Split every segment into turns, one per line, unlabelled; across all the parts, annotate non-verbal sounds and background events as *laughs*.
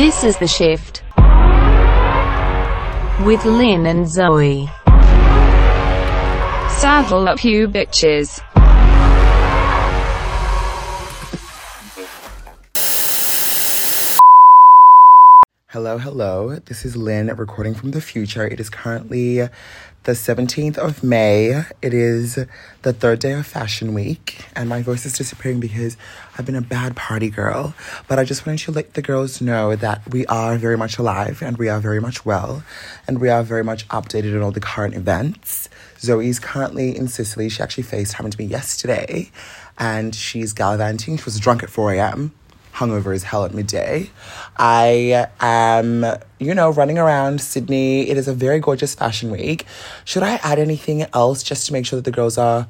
This is The Shift with Lynn and Zoe. Saddle up, you bitches.
Hello, hello. This is Lynn recording from the future. It is currently the 17th of May. It is the third day of Fashion Week, and my voice is disappearing because I've been a bad party girl. But I just wanted to let the girls know that we are very much alive and we are very much well, and we are very much updated on all the current events. Zoe's currently in Sicily. She actually FaceTimed me yesterday, and she's gallivanting. She was drunk at 4 a.m hungover as hell at midday. I am, you know, running around Sydney. It is a very gorgeous fashion week. Should I add anything else just to make sure that the girls are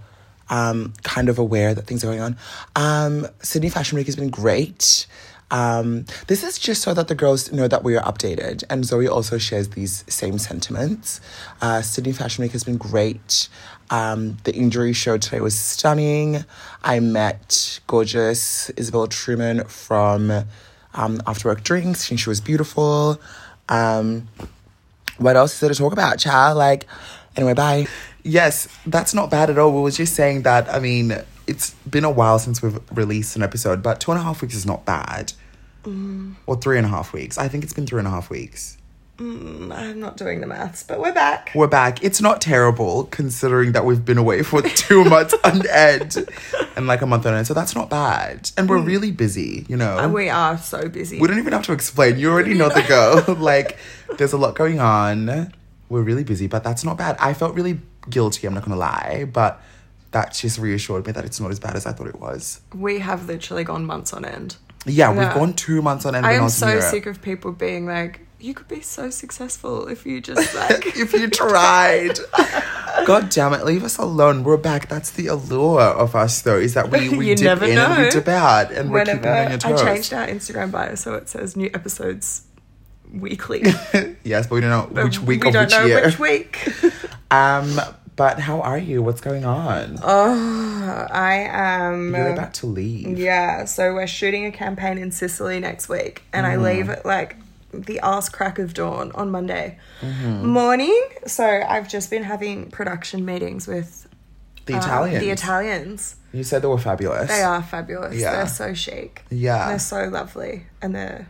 um, kind of aware that things are going on? Um, Sydney Fashion Week has been great. Um, this is just so that the girls know that we are updated, and Zoe also shares these same sentiments. Uh, Sydney Fashion Week has been great. Um, the injury show today was stunning. I met gorgeous Isabel Truman from um, After Work Drinks, and she was beautiful. Um, what else is there to talk about, child? Like, anyway, bye. Yes, that's not bad at all. We were just saying that, I mean, it's been a while since we've released an episode, but two and a half weeks is not bad. Or three and a half weeks. I think it's been three and a half weeks.
I'm not doing the maths, but we're back.
We're back. It's not terrible considering that we've been away for *laughs* two months on end and like a month on end. So that's not bad. And we're really busy, you know.
We are so busy.
We don't even have to explain. You already know the
*laughs*
go. like, there's a lot going on. We're really busy, but that's not bad. I felt really guilty, I'm not gonna lie, but that just reassured me that it's not as bad as I thought it was.
we have literally gone months on end.
Yeah,
Yeah.
we've gone two months on end.
I
when
am
was in
so
Europe.
sick of people being like, you could be so successful if
*laughs*
you just like.
if you tried. God damn it, leave us alone. We're back. That's the allure of us, though, is that
*laughs*
we, we
You
dip
never
in and we
know.
dip out, and we're keeping
Whenever
you on your
I
toes.
changed our Instagram bio so it says new episodes weekly.
yes, but we don't know *laughs* which
But
week
we
of
don't
which
know
year. *laughs*
which week.
Um, but how are you? What's going on?
oh, I am.
You're about to leave.
Yeah, so we're shooting a campaign in Sicily next week, and
Mm-hmm.
I leave at like the ass crack of dawn on Monday
Mm-hmm.
morning. So I've just been having production meetings with
The
um,
Italians.
The Italians.
You said they were fabulous.
They are fabulous.
Yeah.
They're so chic.
Yeah.
They're so lovely, and they're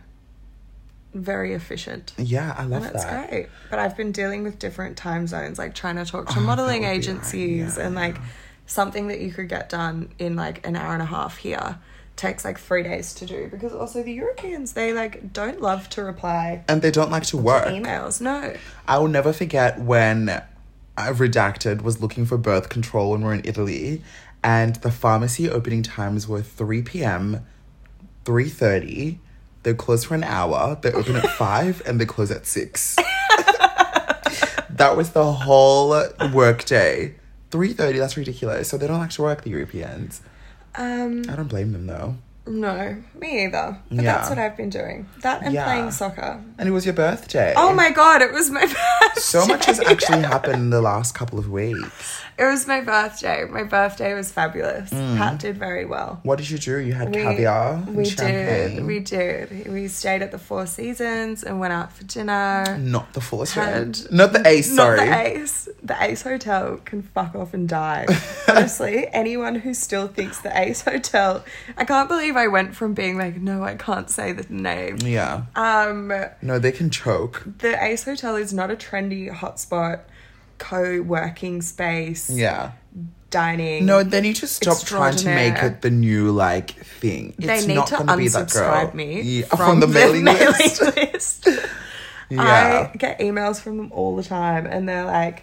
very efficient.
Yeah, I love
That's
that.
great. But I've been dealing with different time zones, like trying to talk to
Oh, that
modeling
would be right,
agencies
yeah,
and like something that you could get done in like an hour and a half here takes like three days to do because also the Europeans, they like don't love to reply
And they don't like to work.
emails. No.
I will never forget when uh, Redacted was looking for birth control when we were in Italy, and the pharmacy opening times were 3 p.m., 3.30, they close for an hour, they open
*laughs*
at 5, and they close at 6. that was the whole workday. 3.30, that's ridiculous. So they don't like to work, the Europeans.
Um
I don't blame them, though.
no, me either. But
Yeah.
that's what I've been doing. That and
Yeah.
playing soccer.
And it was your birthday.
Oh my god, it was my *laughs* birthday.
So much
*laughs*
has actually happened in the last couple of weeks.
It was my birthday. My birthday was fabulous.
Mm.
Pat did very well.
What did you do? You had
We-
caviar and
We
champagne.
did. We did. We stayed at the Four Seasons and went out for dinner.
Not the four
Had-
seasons. Not the ace, sorry.
Not the Ace. The Ace Hotel can fuck off and
*laughs*
die. Honestly, anyone who still thinks the Ace Hotel, I can't believe I went from being like, no, I can't say the name.
Yeah.
Um,
No, they can choke.
the Ace Hotel is not a trendy hotspot, co-working space,
Yeah.
dining.
No, they need to stop trying to make
Extraordinaire.
it the new like thing. It's
they need
not
to
gonna be that girl.
unsubscribe me
yeah, *laughs*
from, the, *laughs* mailing, list.
Yeah.
I get emails from them all the time, and they're like,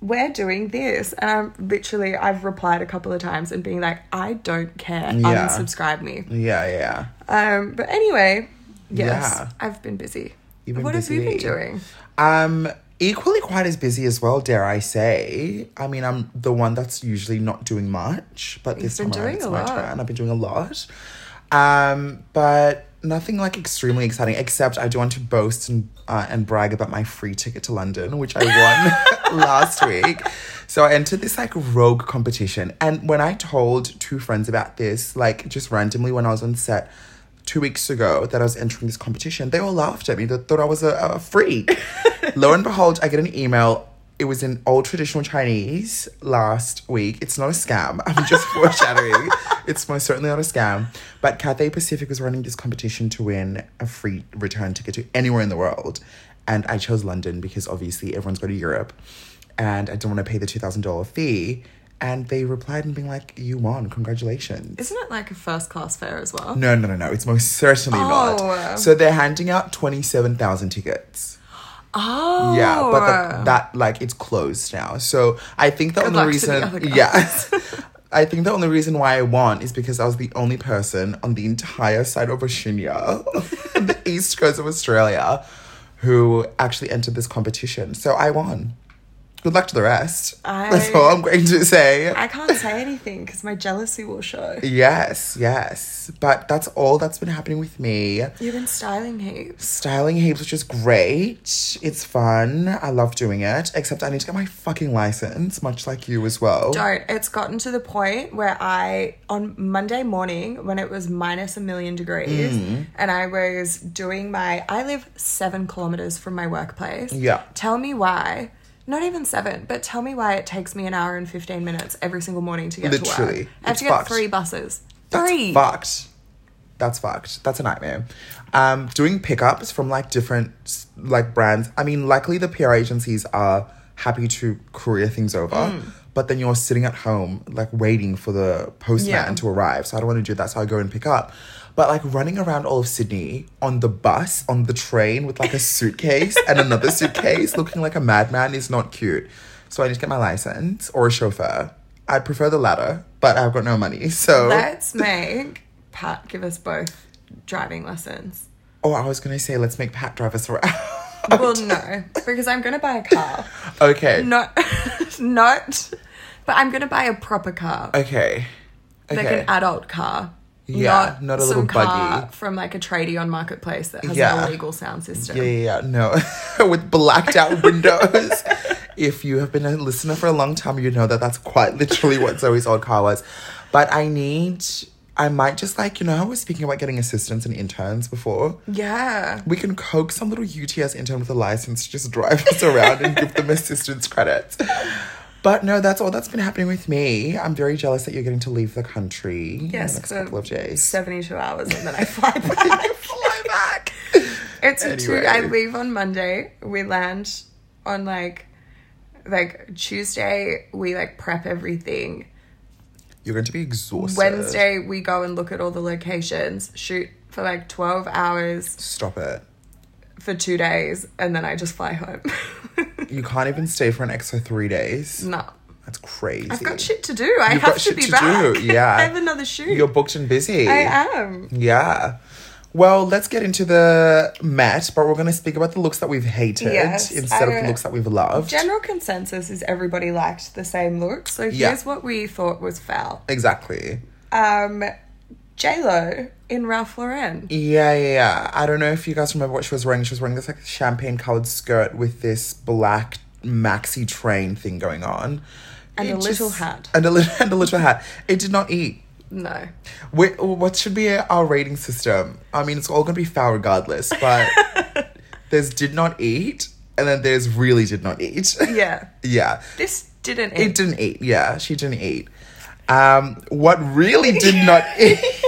"We're doing this," and I'm literally I've replied a couple of times and being like, "I don't care,
Yeah.
unsubscribe me."
Yeah, yeah.
Um, but anyway, yes,
Yeah.
I've been busy.
You've been
what have you been
busy.
doing?
Um, equally quite as busy as well, dare I say. I mean, I'm the one that's usually not doing much, but this
been
time around
doing
it's
a
my
lot.
turn. I've been doing a lot. Um, but nothing like extremely exciting, except I do want to boast and uh, and brag about my free ticket to London, which I won
*laughs*
last week. So I entered this like rogue competition, and when I told two friends about this, like just randomly when I was on set two weeks ago that I was entering this competition, they all laughed at me. They thought I was a, a freak. Lo and behold, I get an email. It was in old traditional Chinese last week. It's not a scam. *laughs* I'm just foreshadowing. It's most certainly not a scam. But Cathay Pacific was running this competition to win a free return ticket to anywhere in the world. And I chose London because obviously everyone's going to Europe and I didn't want to pay the $2,000 fee. And they replied and being like, you won. Congratulations.
Isn't it like a first class fare as well?
No, no, no, no. It's most certainly
Oh.
not. So they're handing out 27,000 tickets.
Oh.
Yeah, but that, that, like, it's closed now. So I think the
Good
only
luck to the
reason.
other guys.
yes.
*laughs*
I think the only reason why I won is because I was the only person on the entire side of Oceania, *laughs* the east coast of Australia, who actually entered this competition. So I won. Good luck to the rest. That's
I-
all I'm going to say.
I can't say anything because my jealousy
*laughs*
will show.
Yes, yes. But that's all that's been happening with me.
You've been styling heaps.
Styling heaps, which is great. It's fun. I love doing it. Except I need to get my fucking license, much like you as well.
Don't. It's gotten to the point where I, on Monday morning, when it was minus a million degrees,
Mm.
and I was doing my, I live seven kilometers from my workplace.
Yeah.
Tell me why. Not even seven, but tell me why it takes me an hour and 15 minutes every single morning to get to work.
Literally.
I have
It's
to get
fucked.
three buses.
That's
Three.
fucked. That's fucked. That's a nightmare. Um, doing pickups from like different like brands. I mean, luckily the PR agencies are happy to courier things over,
Mm.
but then you're sitting at home like waiting for the postman
Yeah.
to arrive. So I don't want to do that. So I go and pick up. But like running around all of Sydney on the bus, on the train with
*laughs*
like a suitcase and another suitcase, looking like a madman is not cute. So I need to get my license or a chauffeur. I'd prefer the latter, but I've got no money. So
Let's make Pat give us both driving lessons.
Oh, I was gonna say let's make Pat drive us around. *laughs*
Well, no, because I'm going to buy a car. *laughs*
okay.
Not, *laughs* not, but I'm going to buy a proper car.
Okay.
like
Okay.
an adult car.
Yeah, not a little
some car
buggy.
from like a tradie on marketplace that has
Yeah.
an illegal sound system.
yeah, yeah, yeah. No, *laughs* with blacked out windows. *laughs* if you have been a listener for a long time, you know that that's quite literally what Zoe's old car was. But I need. I might just like you know how we're speaking about getting assistants and interns before.
Yeah.
We can coax some little UTS intern with a license to just drive us around and give them assistance credits. But no, that's all that's been happening with me. I'm very jealous that you're getting to leave the country. in the
Yes,
next
for
couple of days.
Seventy-two hours and then I fly back. *laughs*
*laughs* fly back.
it's a two. I
Anyway.
leave on Monday. We land on like like Tuesday. We like prep everything.
You're going to be exhausted.
Wednesday we go and look at all the locations. Shoot for like twelve hours
Stop it.
for two days, and then I just fly home. *laughs*
You can't even stay for an extra three days.
no.
That's crazy.
I've got shit to do. I
You've
have
got
to
shit
be
to
back. *laughs*
do. Yeah.
I have another shoot.
You're booked and busy.
I am.
Yeah. Well, let's get into the Met, but we're going to speak about the looks that we've hated
Yes,
instead of
I-
the looks that we've loved.
General consensus is everybody liked the same look. So here's
Yeah.
what we thought was foul.
exactly.
Um, J Lo in Ralph Lauren.
Yeah, yeah, yeah. I don't know if you guys remember what she was wearing. She was wearing this like champagne colored skirt with this black maxi train thing going on.
And a little hat.
And a little *laughs* and a little hat. It did not eat.
No,
Wait, what should be our rating system? I mean, it's all gonna be foul regardless,
*laughs*
but there's did not eat, and then there's really did not eat.
yeah,
*laughs* yeah,
this didn't.
it
It
didn't eat. Yeah, she didn't eat. Um, what really did
*laughs*
not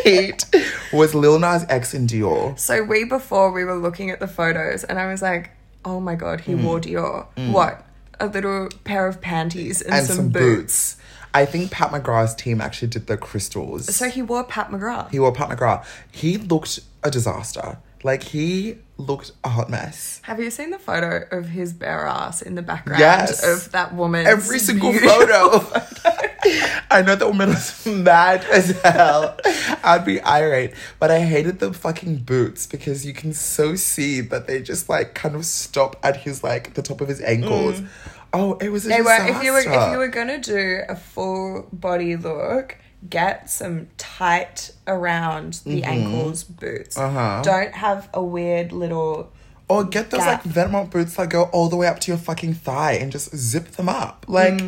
eat was Lil Nas X and Dior.
so we before we were looking at the photos, and I was like, oh my god, he
Mm.
wore Dior. What? A little pair of panties and,
and
some,
some,
boots.
boots. I think Pat McGrath's team actually did the crystals.
So he wore Pat McGrath.
he wore Pat McGrath. He looked a disaster. Like he looked a hot mess.
have you seen the photo of his bare ass in the background
Yes.
of that woman?
Every single photo. *laughs* I know that woman was *laughs* mad as hell. I'd be irate. But I hated the fucking boots because you can so see that they just like kind of stop at his like the top of his ankles. Oh, it was a
*laughs* Mm. They were
disaster.
if you were if you were gonna do a full body look, get some tight around the ankles boots.
Mm-hmm. Uh-huh.
Don't have a weird little
Or get those like
Gap. Mm.
Vetements boots that go all the way up to your fucking thigh and just zip them up. Like,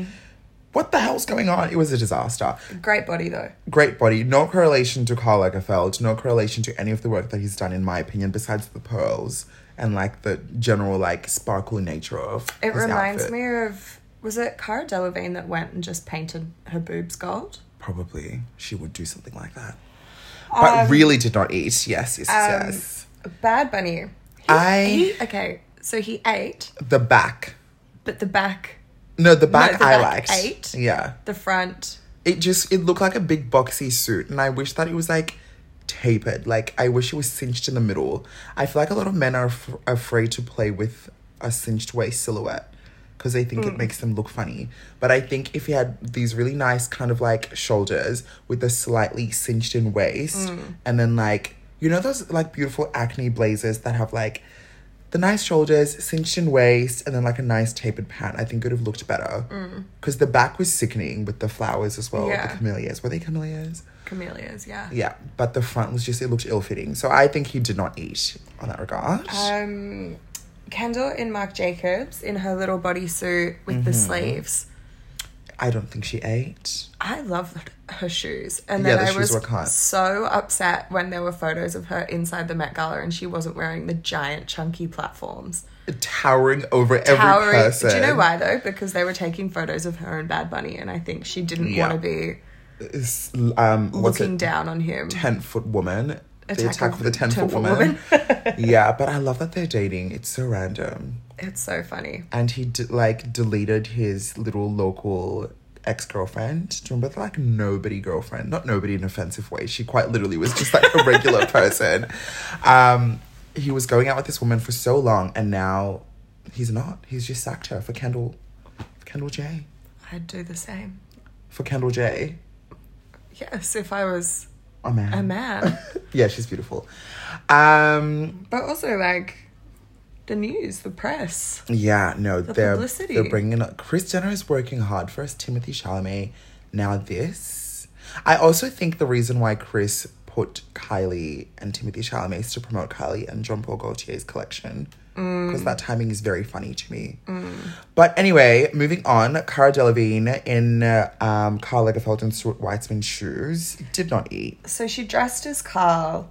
what the hell's going on? It was a disaster.
Great body though.
Great body, no correlation to Karl Lagerfeld, no correlation to any of the work that he's done, in my opinion, besides the pearls and like the general like sparkly nature of
It
his
reminds
outfit.
me of was it Cara Delevingne that went and just painted her boobs gold?
Probably she would do something like that, but really did not eat. Yes, yes,
Um,
yes.
Bad Bunny. He
I-
ate- okay, so he ate,
The back,
but the back,
no, the back
the
I
back
liked.
ate.
Yeah,
the front.
it just it looked like a big boxy suit and i wish that it was like tapered like i wish it was cinched in the middle i feel like a lot of men are af- afraid to play with a cinched waist silhouette because they think it makes them look funny but i think if he had these really nice kind of like shoulders with a slightly cinched in waist and then like you know those like beautiful acne blazers that have like the nice shoulders, cinched in waist, and then like a nice tapered pant. I think it would have looked better because the back was sickening with the flowers as well.
Mm. Yeah.
The camellias were they camellias?
Camellias, yeah.
Yeah, but the front was just it looked ill fitting. So I think he did not eat on that regard.
Um, Kendall in Marc Jacobs in her little bodysuit with
Mm-hmm.
the sleeves.
I don't think she ate.
I loved her shoes, and
Yeah,
then
the
I
shoes
was
were cut.
so upset when there were photos of her inside the Met Gala and she wasn't wearing the giant chunky platforms.
Towering over every
Towering.
person.
Do you know why though? Because they were taking photos of her and Bad Bunny, and I think she didn't
Yeah.
want to be
This, um, what's
looking
it?
down on him.
Ten foot woman. the attack of the ten foot
10-foot
woman.
*laughs*
yeah, but I love that they're dating. It's so random.
It's so funny.
and he d- like deleted his little local ex girlfriend. Do you remember the like nobody girlfriend? Not nobody in an offensive way. She quite literally was just like a
*laughs*
regular person. Um, he was going out with this woman for so long, and now he's not. He's just sacked her for Kendall, for Kendall J,
I'd do the same.
for Kendall J.
Yes, if I was
A man.
a man.
*laughs* yeah, she's beautiful. Um,
but also like the news, the press.
yeah, no, they're
publicity.
they're bringing up. Chris Jenner is working hard for us. Timothy Chalamet. Now this, I also think the reason why Chris put Kylie and Timothy Chalamet is to promote Kylie and Jean Paul Gaultier's collection because that timing is very funny to me.
Mm.
But anyway, moving on. Cara Delevingne in uh, um, Karl Lagerfeld and Stuart Weitzman shoes did not eat
So she dressed as Carl.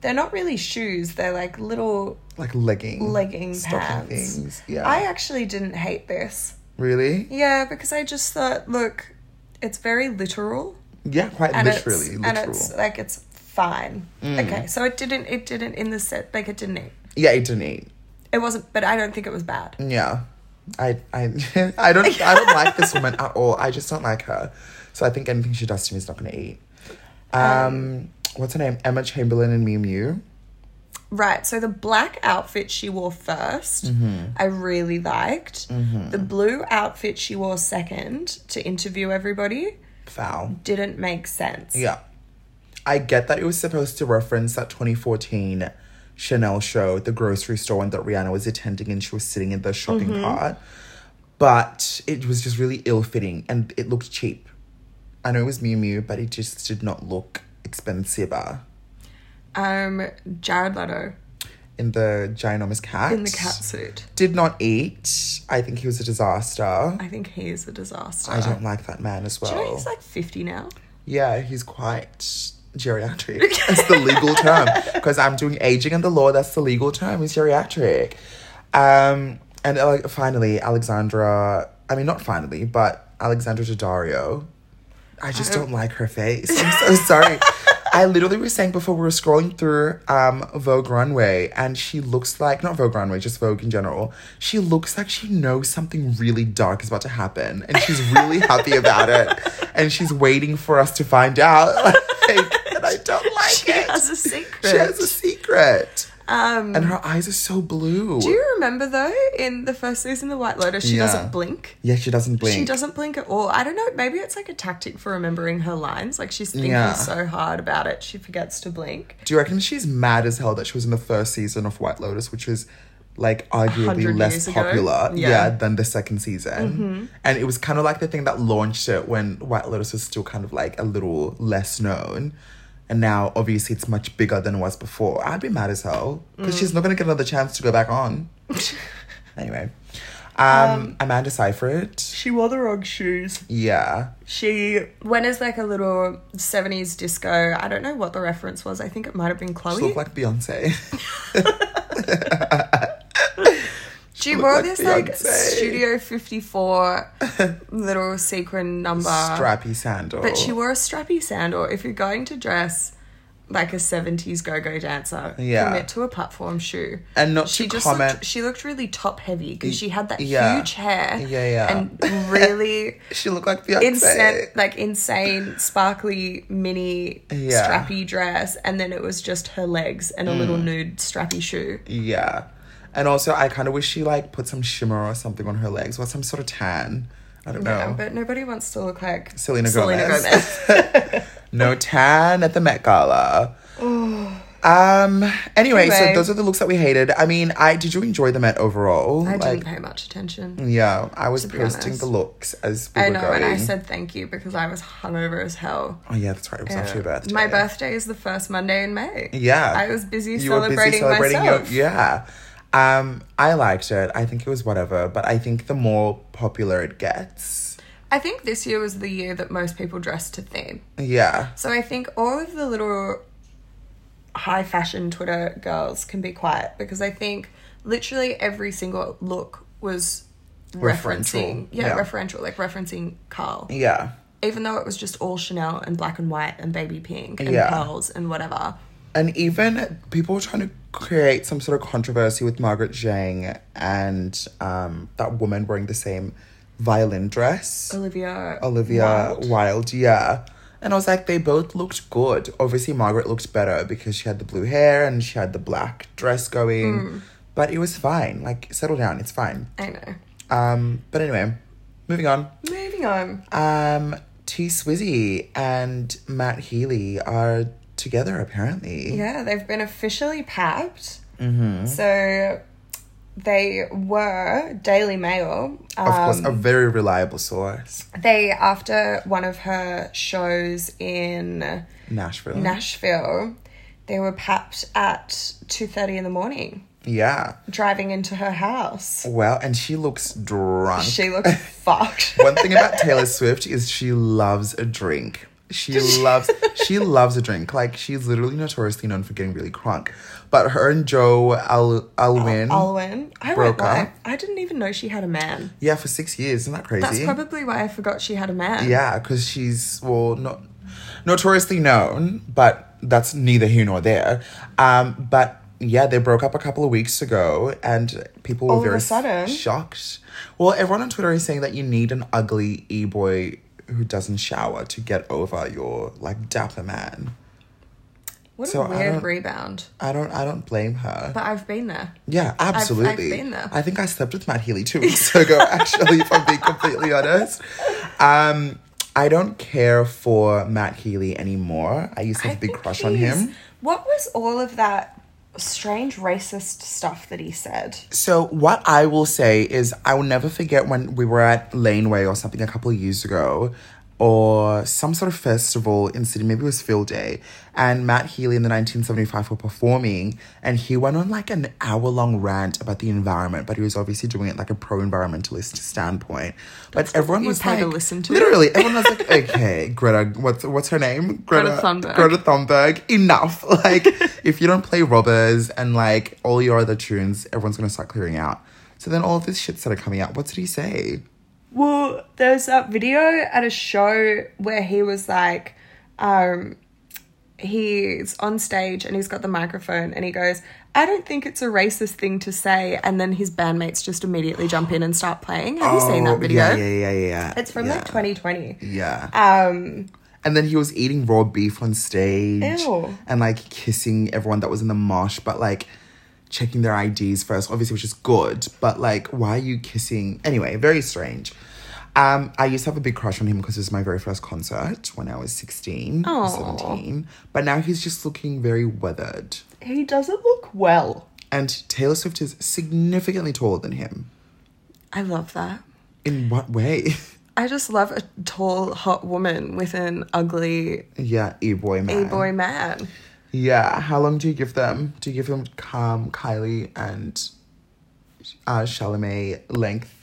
They're not really shoes, they're like little
like legging
legging
stocking
pants.
things. Yeah,
I actually didn't hate this.
really.
Yeah, because I just thought, look, it's very literal.
Yeah, quite
and
literally,
it's,
literal. Mm.
and it's like it's fine. Okay, so it didn't it didn't in the set like it didn't eat.
yeah, it didn't eat.
It wasn't, but I don't think it was bad.
Yeah, I, *laughs* I, I don't, I don't like this woman at all. I just don't like her. So I think anything she does to me is not going to eat. Um, what's her name? Emma Chamberlain and Mew Mew.
Right, so the black outfit she wore 1st
Mm-hmm.
I really liked. The blue outfit she wore second to interview everybody
Foul.
didn't make sense.
Yeah, I get that it was supposed to reference that 2014 Chanel show, the grocery store, and that Rihanna was attending, and she was sitting in the shopping cart. But it was just really ill fitting, and it looked cheap. I know it was Mew Mew, but it just did not look expensive.
Um, Jared Leto
in the ginormous cat.
in the catsuit.
Did not eat. I think he was a disaster.
I think he is a disaster.
I don't like that man as well.
You know, he's like 50 now.
yeah, he's quite geriatric. That's the
*laughs*
legal term. Because I'm doing aging and the law, that's the legal term, is geriatric. Um, and uh, finally, Alexandra, I mean, not finally, but Alexandra Daddario. I just
Uh-huh.
don't like her face. I'm so
*laughs*
sorry. I literally was saying before we were scrolling through um, Vogue Runway, and she looks like, not Vogue Runway, just Vogue in general. She looks like she knows something really dark is about to happen, and she's really happy about it,
*laughs*
and she's waiting for us to find out. *laughs* Like, and I don't like
*laughs* She
it.
has a secret.
She has a secret.
Um,
And her eyes are so blue.
do you remember though, in the first season of White Lotus, she
Yeah.
doesn't blink?
yeah, she doesn't blink.
She doesn't blink at all. I don't know. Maybe it's like a tactic for remembering her lines. Like she's thinking
Yeah.
so hard about it, she forgets to blink.
Do you reckon she's mad as hell that she was in the first season of White Lotus, which is like arguably
100
less
years ago?
popular,
Yeah. Mm-hmm.
yeah. than the second season? And it was kind of like the thing that launched it when White Lotus was still kind of like a little less known. And now, obviously, it's much bigger than it was
Mm. *laughs*
before. I'd be mad as hell because she's not going to get another chance to go back on. anyway, Um, Amanda Seyfried.
She wore the wrong shoes.
Yeah.
She went as like a little 70s disco. I don't know what the reference was. I think it might have been Chloe.
She looked like Beyonce. *laughs*
she wore
like
this like
Beyonce. *laughs*
Studio 54 little sequin number.
Strappy sandal.
But she wore a strappy sandal. If you're going to dress like a 70s go-go dancer,
Yeah.
commit to a platform shoe.
And not
she
to
just
comment-
looked, she looked really top heavy because she had that
yeah.
huge hair
Yeah, yeah. *laughs*
and really
She looked like Beyonce.
insane, like insane, sparkly mini
Yeah. Hmm.
strappy dress, and then it was just her legs and a little nude strappy shoe.
Yeah. And also, I kind of wish she like put some shimmer or something on her legs or some sort of tan. I don't
Yeah,
know.
Um, but nobody wants to look like
Oh. Selena Gomez. *laughs*
Gomez.
no tan at the Met
*sighs*
Gala. um. Anyway, so
Anyway.
those are the looks that we hated. I mean, I did you enjoy the Met overall?
I
like,
didn't pay much attention.
yeah, I was
be
posting
honest.
the looks as we
I
were
know,
going.
and I said thank you because I was hungover as hell.
oh yeah, that's right. It was after your birthday.
My birthday is the first Monday in May.
Yeah.
I was busy
You were
celebrating, myself.
Your, yeah. Um, I liked it. I think it was whatever, but I think the more popular it gets,
I think this year was the year that most people dressed to theme.
yeah,
So I think all of the little high fashion Twitter girls can be quiet because I think literally every single look was
Referential,
referencing, yeah,
yeah.
referential, like referencing Carl,
yeah,
even though it was just all Chanel and black and white and baby pink and
Yeah.
pearls and whatever.
and even people were trying to create some sort of controversy with Margaret Zhang and um, that woman wearing the same violin dress,
Olivia,
Olivia
Wilde.
Wilde. yeah. And I was like, they both looked good. Obviously, Margaret looked better because she had the blue hair and she had the black dress going. But it was fine. Like, settle down. It's fine.
I know.
Um, but anyway, moving on.
Moving on.
Um, T Swizzy and Matt Healy are together apparently.
Yeah, they've been officially papped. Mm-hmm. So they were Daily Mail. Um,
Of course, a very reliable source.
they after one of her shows in
Nashville.
Nashville, they were papped at two thirty in the morning,
yeah.
driving into her house.
Well, and she looks drunk.
She looked
*laughs*
fucked.
One thing about Taylor Swift is she loves a drink. She loves she loves a drink. Like she's literally notoriously known for getting really crunk. But her and Joe Al- Alwyn,
Alwyn, I
Broke
won't lie.
up.
I didn't even know she had a man.
yeah, for six years. Isn't that crazy?
That's probably why I forgot she had a man.
Yeah, because she's well not notoriously known, but that's neither here nor there. Um, but yeah, they broke up a couple of weeks ago, and people were
All of a
very
sudden?
shocked. Well, everyone on Twitter is saying that you need an ugly e boy who doesn't shower to get over your like dapper man.
What
So
a
I
weird
don't-
rebound.
I don't. I don't blame her.
But I've been there.
Yeah, absolutely.
been there.
I think I slept with Matt Healy
*laughs*
two weeks ago, actually, if I'm being completely honest. Um, I don't care for Matt Healy anymore. I used to have a big
think
crush on
he's-
him.
What was all of that strange racist stuff that he said?
So what I will say is I will never forget when we were at Laneway or something a couple of years ago or some sort of festival in Sydney, maybe it was Field Day, and Matt Healy in the 1975 were performing and he went on like an hour long rant about the environment, but he was obviously doing it like a pro environmentalist standpoint. But everyone
you
was
pay
like,
to listen to.
literally, everyone was like, okay, Greta, what's what's her name?
Greta Thunberg.
Greta Thunberg, enough. *laughs* Like, if you don't play robbers and like all your other tunes, everyone's gonna start clearing out. So then all of this shit started coming out. What did he say?
Well, there's that video at a show where he was like, um, he's on stage and he's got the microphone and he goes, I don't think it's a racist thing to say. And then his bandmates just immediately jump in and start playing. Have you seen that
Oh,
video?
Yeah, yeah, yeah, yeah. yeah.
It's from
yeah.
like 2020.
Yeah.
Um,
and then he was eating raw beef on stage.
Ew.
And like kissing everyone that was in the mosh, but like checking their IDs first, obviously, which is good. But like, why are you kissing? Anyway, very strange. Um, I used to have a big crush on him because it was my very first concert when I was 16 or
Aw.
17. But now he's just looking very weathered.
he doesn't look well.
And Taylor Swift is significantly taller than him.
I love that.
In what way? *laughs*
I just love a tall, hot woman with an ugly
yeah, e boy
a
man.
boy man.
Yeah. How long do you give them? Do you give them um, Kylie and uh, Chalamet length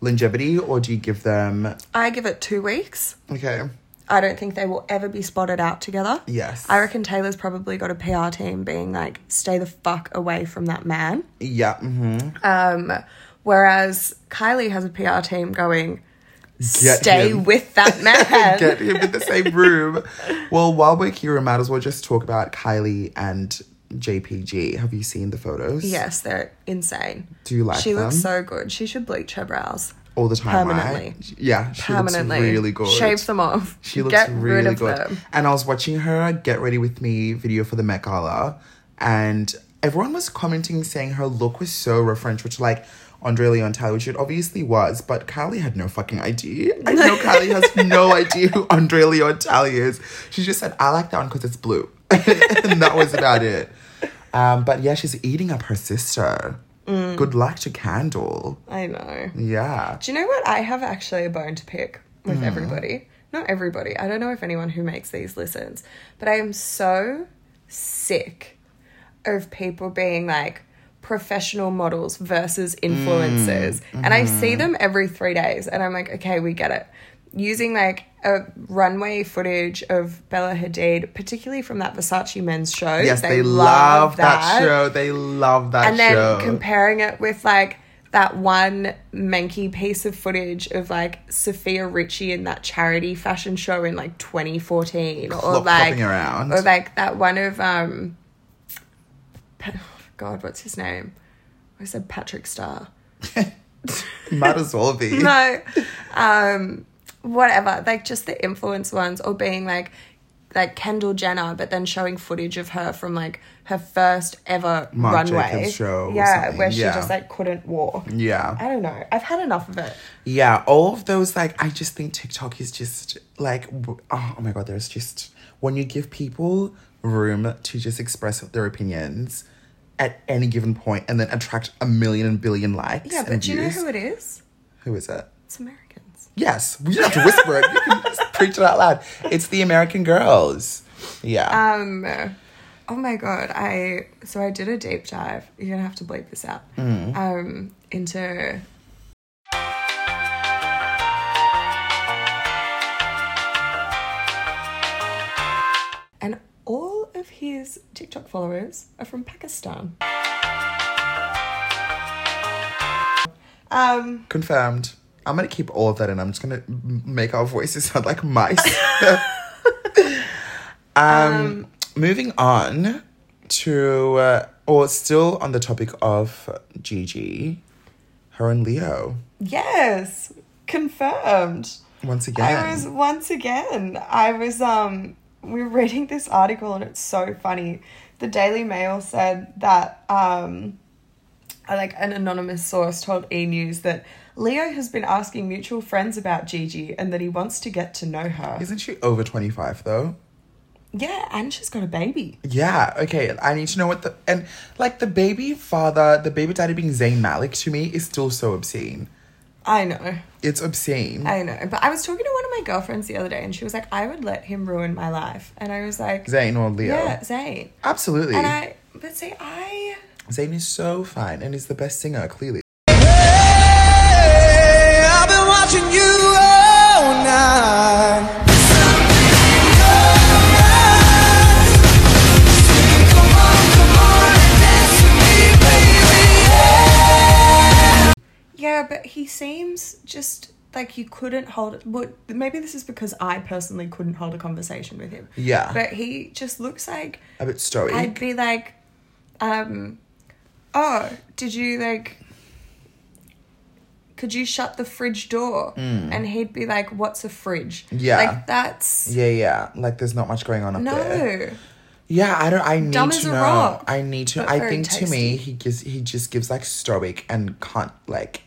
longevity or do you give them
I give it two weeks.
okay?
I don't think they will ever be spotted out together.
Yes.
I reckon Taylor's probably got a PR team being like, stay the fuck away from that man.
Yeah. Mm-hmm.
Um, whereas Kylie has a PR team going, stay
him."
with
*laughs*
that man.
Get him in the same
*laughs*
room. well, while we're here, we might as well just talk about Kylie and JPG. Have you seen the photos?
yes, they're insane.
Do you like
She looks
them?
so good. She should bleach her brows
All the time,
Permanently.
right? Yeah, she
permanently.
looks really good.
Shave them off.
She looks
Get
really
rid of
good.
them.
And I was watching her Get Ready With Me video for the Met Gala, and everyone was commenting saying her look was so referential to like Andre Leon Taylor, which it obviously was, but Kylie had no fucking idea. I
*laughs*
know Kylie has no idea who Andre Leon Taylor is. She just said, I like that one because it's blue. *laughs* and that was about it. Um, but yeah, she's eating up her sister.
Mm.
Good luck to Candle.
I know.
Yeah. Hmm.
Do you know what? I have actually a bone to pick with everybody. Not everybody. I don't know if anyone who makes these listens, but I am so sick of people being like professional models versus influencers.
Mm.
And
Mm-hmm.
I see them every three days and I'm like, okay, we get it. Using like a runway footage of Bella Hadid, particularly from that Versace men's show.
Yes, they, love that. show. They love that
and then
show.
comparing it with like that one manky piece of footage of like Sophia Richie in that charity fashion show in like 2014, or
Flop-flopping
like
around.
or like that one of um, Pa- God, what's his name? I said Patrick Starr.
Might as well be. *laughs*
No, um, whatever. Like just the influence ones, or being like like Kendall Jenner, but then showing footage of her from like her first ever
Marc
runway
Jacobs show or
Yeah,
something,
where she
yeah.
just like couldn't walk.
Yeah.
I don't know. I've had enough of it.
Yeah. All of those, like, I just think TikTok is just like, w- oh, oh my God, there's just, when you give people room to just express their opinions at any given point and then attract a million and billion likes.
Yeah, but
and
do you know
views.
who it is?
who is it?
It's Americans.
Yes. You don't have to whisper it. You can just preach it out loud. It's the American girls. Yeah.
Um, oh my god, I so I did a deep dive. You're gonna have to bleep this out. Um, into and all of his TikTok followers are from Pakistan. Um.
Confirmed. I'm going to keep all of that in. I'm just going to make our voices sound like
*laughs*
mice. *laughs* Um, moving on to, uh, or still on the topic of Gigi, her and Leo
Yes, confirmed.
once
I
again.
was once again. I was um. We were reading this article and it's so funny. The Daily Mail said that um, uh, like an anonymous source told E News that Leo has been asking mutual friends about Gigi and that he wants to get to know her.
Isn't she over 25 though?
Yeah, and she's got a baby.
Yeah, okay. I need to know what the, and like the baby father, the baby daddy being Zayn Malik to me is still so obscene.
I know.
It's obscene.
I know. But I was talking to one of my girlfriends the other day and she was like, "I would let him ruin my life." And I was like,
Zayn or Leo.
Yeah, Zayn.
Absolutely.
And I, but see, I,
Zayn is so fine and is the best singer, clearly.
I've been watching you all night.
yeah, but he seems just like you couldn't hold it. Well, maybe this is because I personally couldn't hold a conversation with him.
Yeah.
But he just looks like
A bit stoic.
I'd be like, um, oh, did you like, could you shut the fridge door? And he'd be like, what's a fridge?
Hmm. Yeah.
Like, that's.
yeah, yeah. Like there's not much going on up there.
No.
Yeah, I don't. I need
Dumb as
to
a
know.
rock,
I need to.
but
I
very
think to me, he gives. He just gives like stoic and can't like.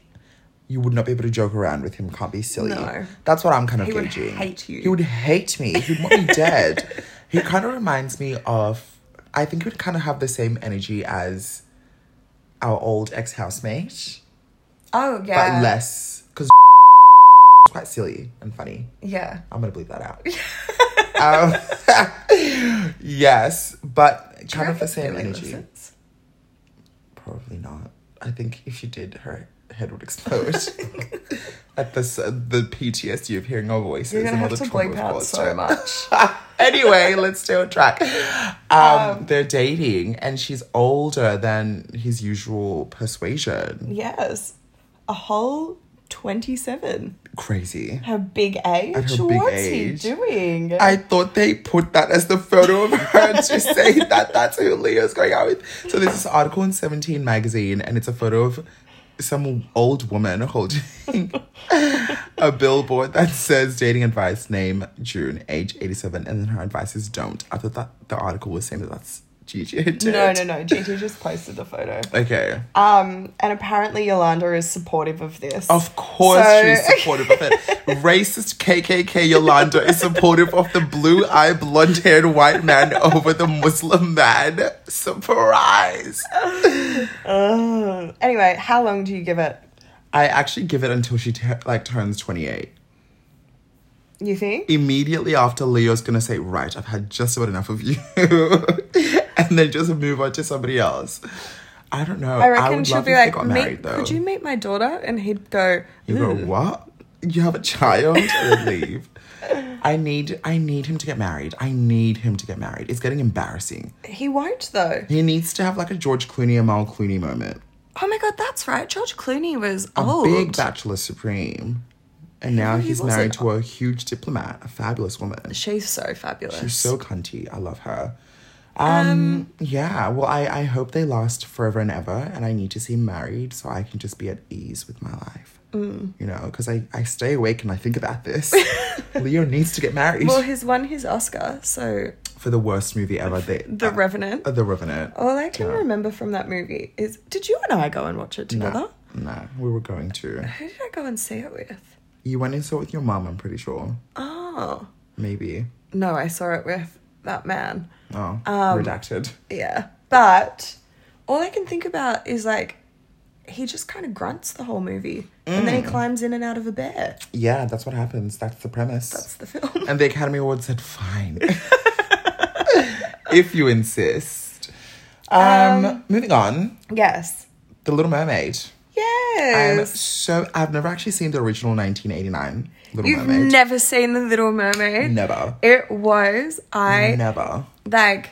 You would not be able to joke around with him. Can't be silly.
No.
That's what I'm kind of
He would
gauging.
hate you.
He would hate me. He'd want me dead.
*laughs*
He kind of reminds me of. I think he would kind of have the same energy as our old ex housemate,
Oh,
but
yeah.
less *laughs* because quite silly and funny.
Yeah.
I'm gonna bleep that out. um, *laughs* yes, but kind of the same
Really
energy.
listens.
Probably not. I think if she did, her head would explode *laughs* at this uh, the PTSD of hearing our voices.
You're gonna
and all
have
the
to
trauma
bleep
we've
out
caused
so
her.
much.
*laughs* anyway, let's stay on track. Um, they're dating, and she's older than his usual persuasion.
yes, a whole twenty-seven.
Crazy.
Her big age.
her big
What's
age.
he doing?
I thought they put that as the photo of her
*laughs*
to say that that's who Leo's going out with. So there's this article in 17 magazine, and it's a photo of some old woman holding a billboard that says dating advice, name June, age 87, and then her advice is don't. I thought that the article was saying that that's Gigi. who did.
no, no, no. GT just posted the photo.
Okay.
Um, and apparently Yolanda is supportive of this.
Of course,
So-
she's supportive
*laughs*
of it. Racist KKK Yolanda is supportive of the blue eye, blonde haired white man over the Muslim man. Surprise!
Anyway, how long do you give it?
I actually give it until she tu- like turns twenty eight.
You think?
Immediately after, Leo's gonna say, "Right, I've had just about enough of you," *laughs* and then just move on to somebody else. I don't know.
I reckon
would
she'll
love
be
if they
like,
got
"Meet-
married though.
could you meet my daughter? And he'd go,
You go,
"Ooh."
what? You have a child? And leave. I need I need him to get married. I need him to get married. It's getting embarrassing.
he won't though.
He needs to have like a George Clooney and Mal Clooney moment.
Oh my god, that's right. George Clooney was
A
old.
big bachelor supreme. And now
he
he's
wasn't-
married to a huge diplomat, a fabulous woman.
She's so fabulous.
She's so cunty. I love her. Um, yeah, well I, I hope they last forever and ever and I need to see him married so I can just be at ease with my life.
Mm.
You know, because I, I stay awake and I think about this.
*laughs*
Leo needs to get married
well, he's won his Oscar, so
for the worst movie ever. They,
*laughs* The Oh, Revenant.
uh, the Revenant.
All I can remember from that movie is did you and I go and watch it
no,
together?
no, we were going to.
Who did I go and see it with?
You went and saw it with your mom, I'm pretty sure.
Oh.
Maybe.
No, I saw it with that man.
Oh,
Um,
redacted.
Yeah. But all I can think about is like he just kind of grunts the whole movie and
Mm.
then he climbs in and out of a bear.
Yeah, that's what happens. That's the premise.
That's the film.
And the Academy Award said, fine. *laughs* if you insist. Um, moving on.
*laughs* yes.
The Little Mermaid. I'm
Yes.
so I've never actually seen the original 1989 Little
You've
Mermaid.
never seen The Little Mermaid?
never.
It was I
never.
like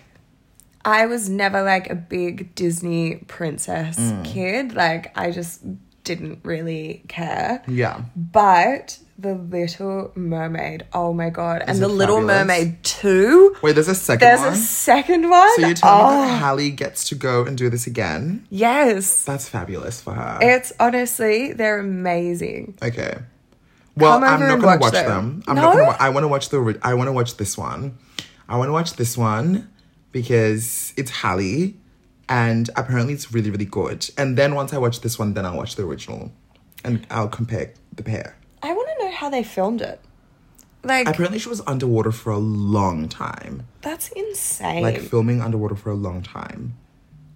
I was never like a big Disney princess
Mm.
kid. Like I just didn't really care.
Yeah.
But The Little Mermaid, oh my god. and
it
The Little
fabulous?
Mermaid 2.
Wait, there's a second
There's
one.
a second one.
so you're telling
Oh,
me that Hallie gets to go and do this again?
yes.
That's fabulous for her.
It's honestly, they're amazing.
okay. Well,
Come
I'm
over
not
and
gonna
watch
watch them.
them.
I'm not gonna.
No?
Wa- I want to watch the. ori- I want to watch this one. I want to watch this one because it's Hallie, and apparently it's really really good. And then once I watch this one, then I'll watch the original, and I'll compare the pair.
I want to know how they filmed it. Like
Apparently, she was underwater for a long time,
that's insane.
like filming underwater for a long time.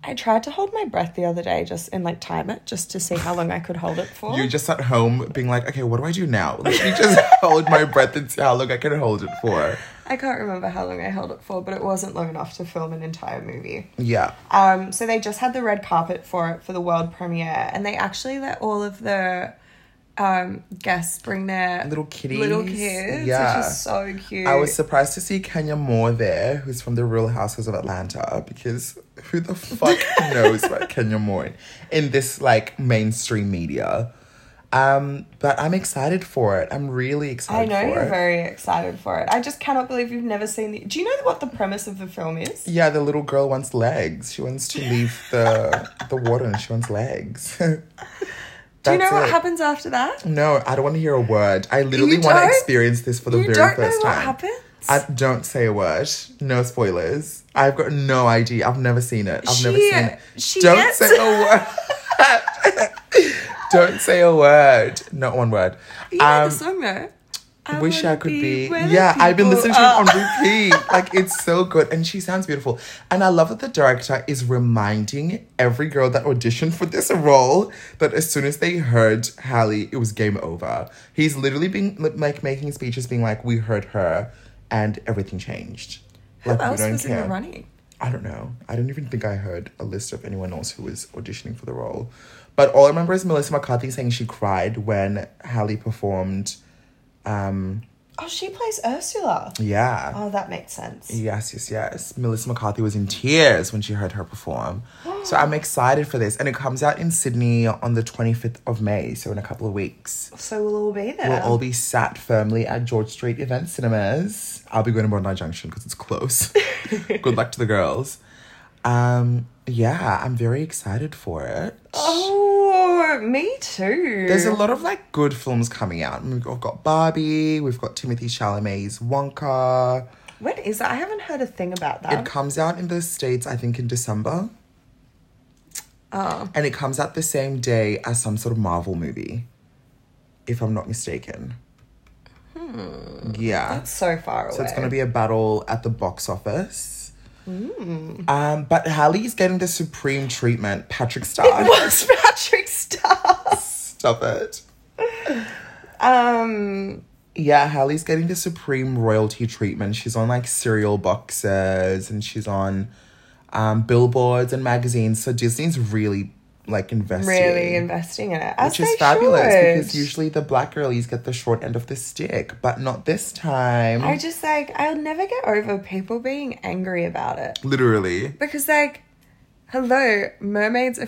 I tried to hold my breath the other day just and like time it just to see how long I could hold it for.
You're just at home being like, okay, what do I do now? Let me just *laughs* hold my breath and see how long I can hold it for.
I can't remember how long I held it for, but it wasn't long enough to film an entire movie.
Yeah.
Um, so they just had the red carpet for it for the world premiere, and they actually let all of the um, guests bring their
Little kitties.
little kids,
Yeah.
which is so cute.
I was surprised to see Kenya Moore there, who's from the Real Houses of Atlanta, because who the
*laughs*
fuck knows about Kenya Moore in this like mainstream media? Um, but I'm excited for it. I'm really
I
excited.
know
for
you're
it.
very excited for it. I just cannot believe you've never seen the. Do you know what the premise of the film is?
Yeah, the little girl wants legs. She wants to leave
*laughs*
the the water, and she wants legs. *laughs*
Do you know what happens after that?
No, I don't want to hear a word. I literally
You
want to
don't?
experience this for the
You
very
don't know
first
what
time.
happens?
I don't say a word. No spoilers. I've got no idea. I've never seen it. I've never
She-
seen it.
she
don't
gets-
say a word. *laughs* don't say a word. Not one word.
You know
Um,
the song though.
wish
wanna
I could be.
where the
Yeah, I've been
people
listening to it
are.
on
*laughs*
repeat. like it's so good, and she sounds beautiful. And I love that the director is reminding every girl that auditioned for this role that as soon as they heard Hallie, it was game over. He's literally being like making speeches, being like, "We heard her, and everything changed."
Who else was in the running?
I don't know. I don't even think I heard a list of anyone else who was auditioning for the role. But all I remember is Melissa McCarthy saying she cried when Halle performed. Um,
Oh, she plays Ursula.
yeah.
Oh, that makes sense.
Yes, yes, yes. Melissa McCarthy was in tears when she heard her perform. so I'm excited for this. And it comes out in Sydney on the 25th of May, so in a couple of weeks.
So we'll all be there.
We'll all be sat firmly at George Street Event Cinemas. I'll be going to Bondi Junction because it's close. Good luck to the girls. Um, yeah, I'm very excited for it.
oh, me too.
There's a lot of like good films coming out. We've got- got Barbie, we've got Timothy Chalamet's Wonka.
When is that? I haven't heard a thing about
It
that.
comes out in the States, I think, in December.
Oh.
And it comes out the same day as some sort of Marvel movie, if I'm not mistaken. Yeah.
Hmm. That's so far away.
so it's going to be a battle at the box office.
Hmm.
Um, but Halle is getting the supreme treatment. Patrick Star.
*laughs* What's Patrick Star?
*laughs* Stop it.
Um,
Yeah, Hallie's getting the supreme royalty treatment. She's on like cereal boxes and she's on um, billboards and magazines. So Disney's really like investing.
really investing in it, as
Which is
they
fabulous because
should.
usually the black girlies get the short end of the stick, but not this time.
I just like I'll never get over people being angry about it
Literally.
because like, hello, mermaids are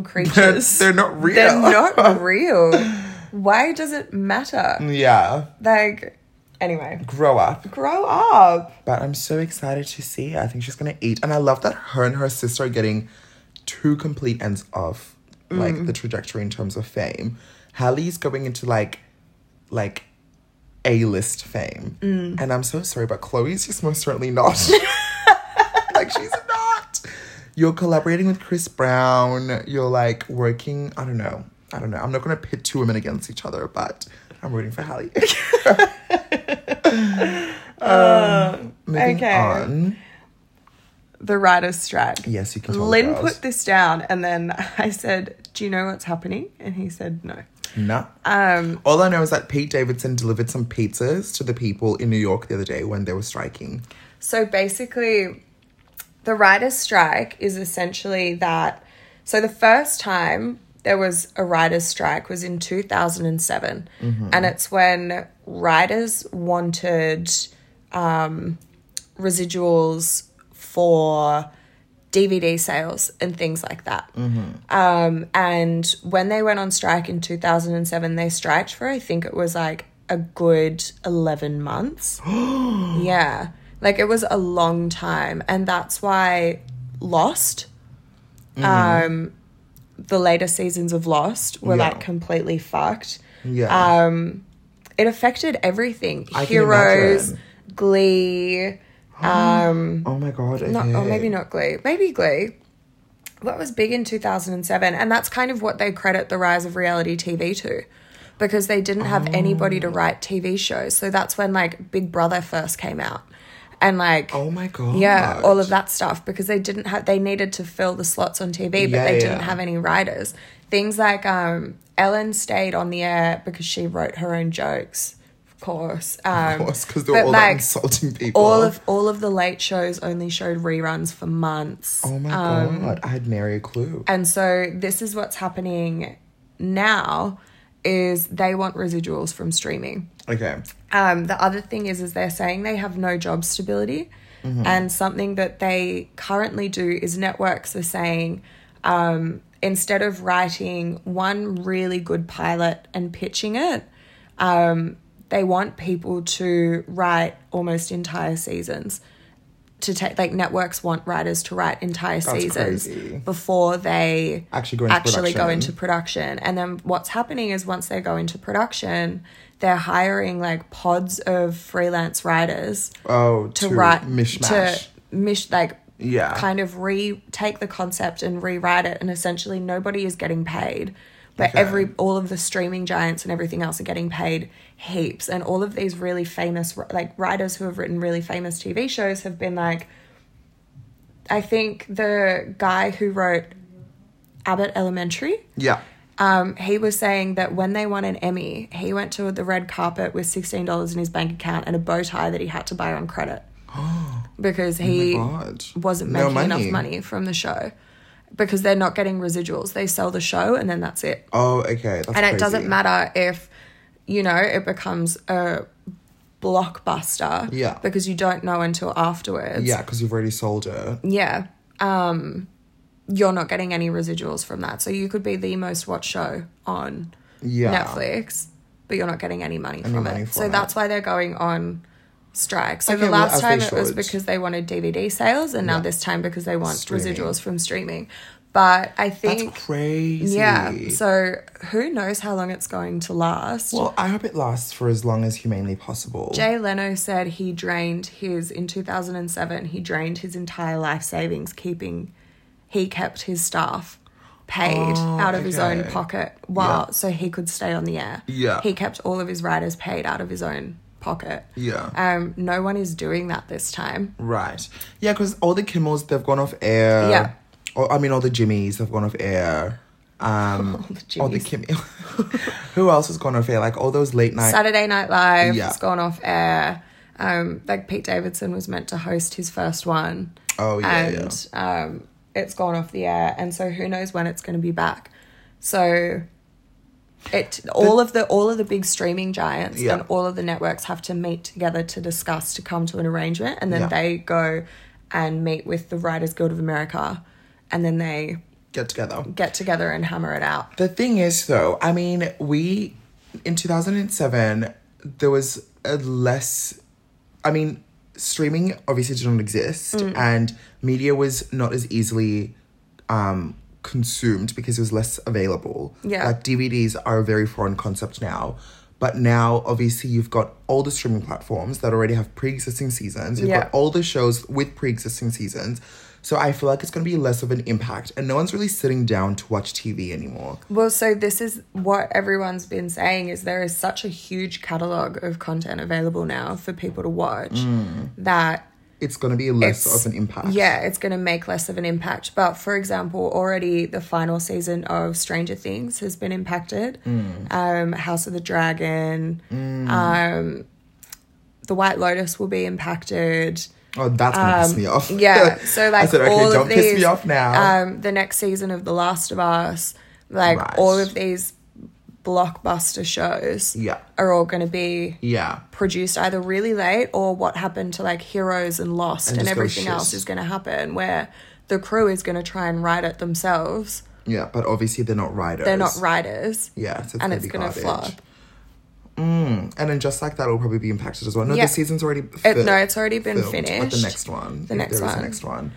*laughs* They're,
creatures.
they're not real.
They're not real. Why does it matter?
*laughs* yeah.
Like, anyway,
Grow up.
grow up.
But I'm so excited to see. it. I think she's gonna eat, and I love that her and her sister are getting two complete ends of like the trajectory in terms of fame. Hallie's going into like, like, A list fame,
Mm.
and I'm so sorry, but Chloe's just most certainly not.
*laughs*
like she's not. You're collaborating with Chris Brown. You're like working. I don't know. I don't know. I'm not gonna pit two women against each other, but I'm rooting for *laughs*
*laughs*
Hallie. Moving
Oh, Okay.
on.
The writer's strike.
Yes, you can tell. the
Lynn
girls.
put this down, and then *laughs* I said, "Do you know what's happening?" And he said, "No."
No.
Um,
All I know is that Pete Davidson delivered some pizzas to the people in New York the other day when they were striking.
So basically, the writer's strike is essentially that. So the first time there was a writer's strike was in 2007.
Mm-hmm.
And it's when writers wanted um, residuals for DVD sales and things like that.
Mm-hmm.
Um, and when they went on strike in 2007, they striked for, I think it was like a good 11
*gasps*
months. Yeah. Like it was a long time. And that's why Lost, um, the later seasons of Lost were
Mm-hmm. Yeah.
like completely fucked.
Yeah.
Um, it affected everything
I can
Heroes,
imagine.
Glee.
oh my god.
Not,
okay.
or maybe not Glee. Maybe Glee. What was big in 2007. And that's kind of what they credit the rise of reality TV to. Because they didn't have anybody to write TV shows. So that's when like Big Brother first came out. And like
Oh my god.
yeah, all of that stuff because they didn't have they needed to fill the slots on TV, but
Yeah,
they
yeah,
didn't
yeah.
have any writers. Things like um, Ellen stayed on the air because she wrote her own jokes, of course. Um,
Because they were
but,
all that
like,
insulting people.
all of all of the late shows only showed reruns for months.
Oh my
um,
god. I had nary a clue.
And so this is what's happening now is they want residuals from streaming.
Okay.
Um, the other thing is, is they're saying they have no job stability, and something that they currently do is networks are saying um, instead of writing one really good pilot and pitching it, um, they want people to write almost entire seasons. To take like networks want writers to write entire seasons
crazy.
before they
Actually go into
actually go
production.
into production. And then what's happening is once they go into production, they're hiring like pods of freelance writers
Oh,
to write
mishmash.
to mish like
Yeah.
kind of retake the concept and rewrite it. And essentially, nobody is getting paid. But
Okay.
every all of the streaming giants and everything else are getting paid heaps, and all of these really famous like writers who have written really famous TV shows have been like, I think the guy who wrote Abbott Elementary,
yeah.
um, he was saying that when they won an Emmy, he went
*gasps*
to the red carpet with sixteen dollars in his bank account and a bow tie that he had to buy on credit. because he
Oh God.
wasn't
No
making enough
money.
money from the show because they're not getting residuals. They sell the show and then that's it.
Oh, okay. That's
and it
crazy.
doesn't matter if, you know, it becomes a blockbuster
Yeah.
because you don't know until afterwards.
Yeah, because you've already sold it.
Yeah. Um, you're not getting any residuals from that. So you could be the most watched show on
Yeah.
Netflix, but you're not getting any money from
money
it. So
from
that's
it.
why they're going on strike. So
Okay,
the
well,
last
as they
time it was
should.
because they wanted DVD sales, and now this time because they want
Streaming.
residuals from streaming. But I
That's
think.
crazy.
Yeah, so who knows how long it's going to last?
Well, I hope it lasts for as long as humanely possible.
Jay Leno said he drained his in 2007 he drained his entire life savings keeping he kept his staff paid
Oh,
out of his own
okay.
pocket while
Yeah.
so he could stay on the air.
Yeah.
He kept all of his writers paid out of his own pocket.
Yeah.
Um no one is doing that this time.
right. Yeah, because all the Kimmels they've gone off air.
Yeah.
Or, I mean, all the Jimmys have gone off air. Um,
*laughs* All the
all the
Jimmys.
Kimmel. *laughs* Who else has gone off air? Like all those late night.
Saturday Night Live
Yeah.
has gone off air. Um, like Pete Davidson was meant to host his first one.
Oh, yeah,
and um, it's gone off the air, and so who knows when it's going to be back. So it all of the all of the big streaming giants
Yeah.
and all of the networks have to meet together to discuss to come to an arrangement, and then
Yeah.
they go and meet with the Writers Guild of America, and then they
get together.
get together and hammer it out.
The thing is, though, I mean, we in 2007 there was a less. I mean, streaming obviously did not exist,
Mm.
and media was not as easily um, consumed because it was less available.
Yeah.
like DVDs are a very foreign concept now. But now, obviously, you've got all the streaming platforms that already have pre existing seasons. You've
Yeah.
got all the shows with pre existing seasons. So I feel like it's going to be less of an impact. And no one's really sitting down to watch TV anymore.
Well, so this is what everyone's been saying is there is such a huge catalog of content available now for people to watch Mm. that
it's going to be less
it's-
of an impact.
Yeah, it's going to make less of an impact. But for example, already the final season of Stranger Things has been impacted.
Mm.
Um, House of the Dragon, um, The White Lotus will be impacted.
Oh, that's going to piss me off.
Um,
*laughs*
Yeah, so like
I said, okay,
all
don't
of these,
piss me off now.
Um, the next season of The Last of Us, like
Right.
all of these blockbuster shows,
Yeah.
are all going to be
yeah.
produced either really late or what happened to like Heroes and Lost and,
just go
everything
shit.
else is going to happen, where the crew is going to try and write it themselves.
Yeah, but obviously they're not writers.
They're not writers.
Yeah, so it's
and
gonna
it's
be
going to
garbage. Mm.
flop.
And then just like that, it'll probably be impacted as well. No,
Yeah.
the season's already.
It,
fi-
no, it's already been
filmed,
finished.
But the next one,
The
if
next
there is a
one.
next one.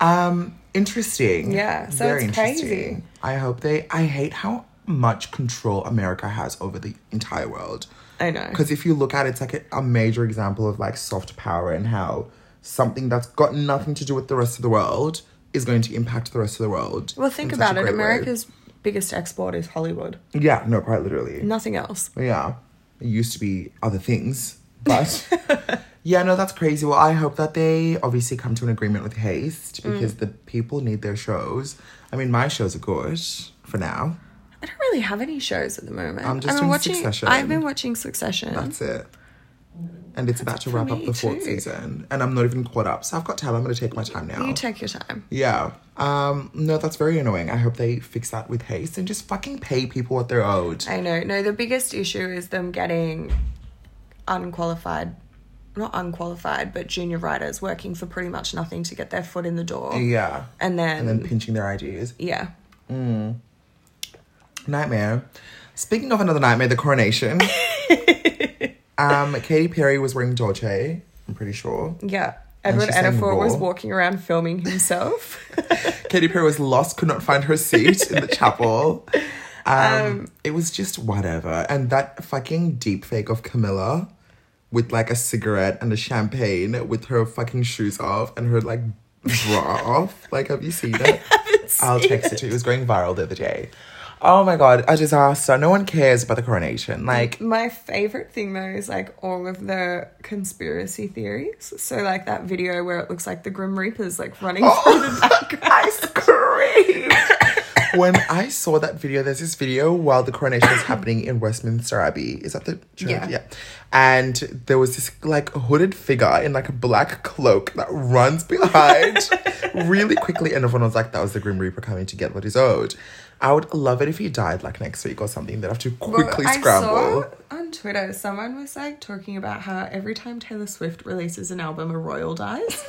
Um, interesting.
Yeah, so it's crazy.
I hope they. I hate how much control America has over the entire world.
I know.
Because if you look at it, it's like a, a major example of like soft power and how something that's got nothing to do with the rest of the world is going to impact the rest of the world.
Well,
in
think
such a
about it.
great way.
America's biggest export is Hollywood.
Yeah, no, quite literally.
Nothing else.
Yeah. It used to be other things.
*laughs*
But yeah, no, that's crazy. Well, I hope that they obviously come to an agreement with Haste
Mm.
because the people need their shows. I mean, my shows are good for now.
I don't really have any shows at the moment.
I'm just
I've been
doing
watching,
Succession.
I've been watching Succession.
That's it. And it's about to
Mm. for
wrap up
me
the fourth
too.
season. And I'm not even caught up. So I've got time. I'm going to take my time now.
You take your time.
yeah. Um, no, that's very annoying. I hope they fix that with Haste and just fucking pay people what they're owed.
I know. No, the biggest issue is them getting unqualified, not unqualified, but junior writers working for pretty much nothing to get their foot in the door.
yeah.
And then,
And then pinching their ideas.
yeah.
Nightmare. Speaking of another nightmare, the coronation. um, Katy Perry was wearing Dolce. I'm pretty sure.
Yeah. Edward
she sang
Edifor was
Raw.
walking around filming
*laughs*
himself.
Katy Perry was lost, could not find her seat *laughs* in the chapel. Um, it was just whatever. And that fucking deep fake of Camilla with like a cigarette and a champagne with her fucking shoes off and her like *laughs* bra off. Like, have you seen it? I'll text it. to you. It was going viral the other day. Oh my god, a disaster. No one cares about the coronation. Like,
My favorite thing though is like all of the conspiracy theories. So like that
*laughs*
video where it looks like the Grim Reaper's like running through the background.
I Oh, screamed. when I saw that video, there's this video while the coronation was happening in Westminster Abbey. Is that the church?
Yeah.
And there was this like hooded figure in like a black cloak that runs behind
*laughs*
really quickly, and everyone was like, "That was the Grim Reaper coming to get what is owed." I would love it if he died like next week or something. They'd have to
Well,
quickly
I
scramble.
saw on Twitter someone was like talking about how every time Taylor Swift releases an album, a
*laughs*
royal dies,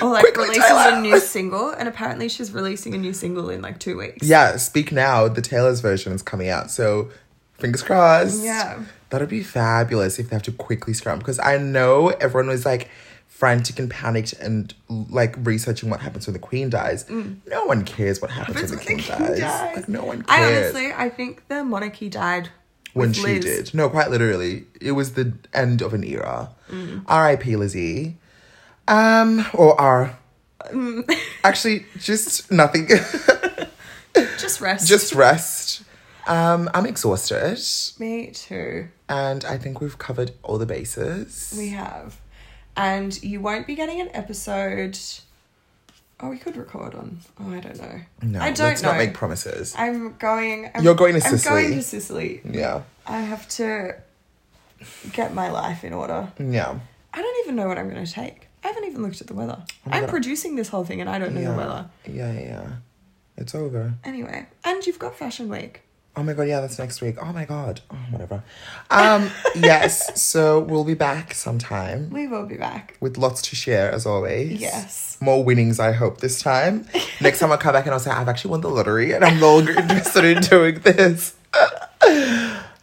or like
Quickly,
releases
Taylor.
a new single, and apparently she's releasing a new single in like two weeks.
Yeah, Speak Now, the Taylor's version is coming out. So fingers crossed.
Yeah.
That'd be fabulous if they have to quickly scramble because I know everyone was like frantic and panicked and like researching what happens when the queen dies. No one cares what happens when
That's
the
what Mm. the
king,
king
dies.
dies.
Like, no one
I
cares.
honestly, I think the monarchy died
when
with
she
Liz.
did. No, quite literally. It was the end of an era.
Mm.
R.I.P. Lizzie. Um, or R.
Mm. *laughs*
Actually, just nothing. *laughs*
Just rest.
just rest. Um, I'm exhausted.
me too.
And I think we've covered all the bases.
We have, and you won't be getting an episode. Oh, we could record on. Oh, I don't know.
no,
I don't
let's
know.
not make promises.
I'm going. I'm,
You're going to
I'm
Sicily.
going to Sicily.
yeah.
I have to get my life in order.
Yeah.
I don't even know what I'm going to take. I haven't even looked at the weather.
Oh my
I'm
God.
producing this whole thing and I don't know
Yeah.
the weather.
Yeah, yeah, yeah. It's over.
Anyway, and you've got Fashion Week.
Oh my god, yeah, that's next week. Oh my god. Oh, whatever. Um,
*laughs*
yes, so we'll be back sometime
We will be back.
with lots to share as always.
Yes.
More winnings, I hope, this time. next time I'll come back and I'll say, I've actually won the lottery and I'm no
*laughs*
longer interested in doing this.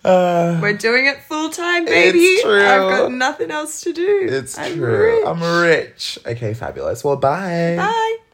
We're doing it full time, baby.
true.
I've got nothing else to do.
It's
I'm
true.
rich.
I'm rich. Okay, fabulous. Well,
Bye.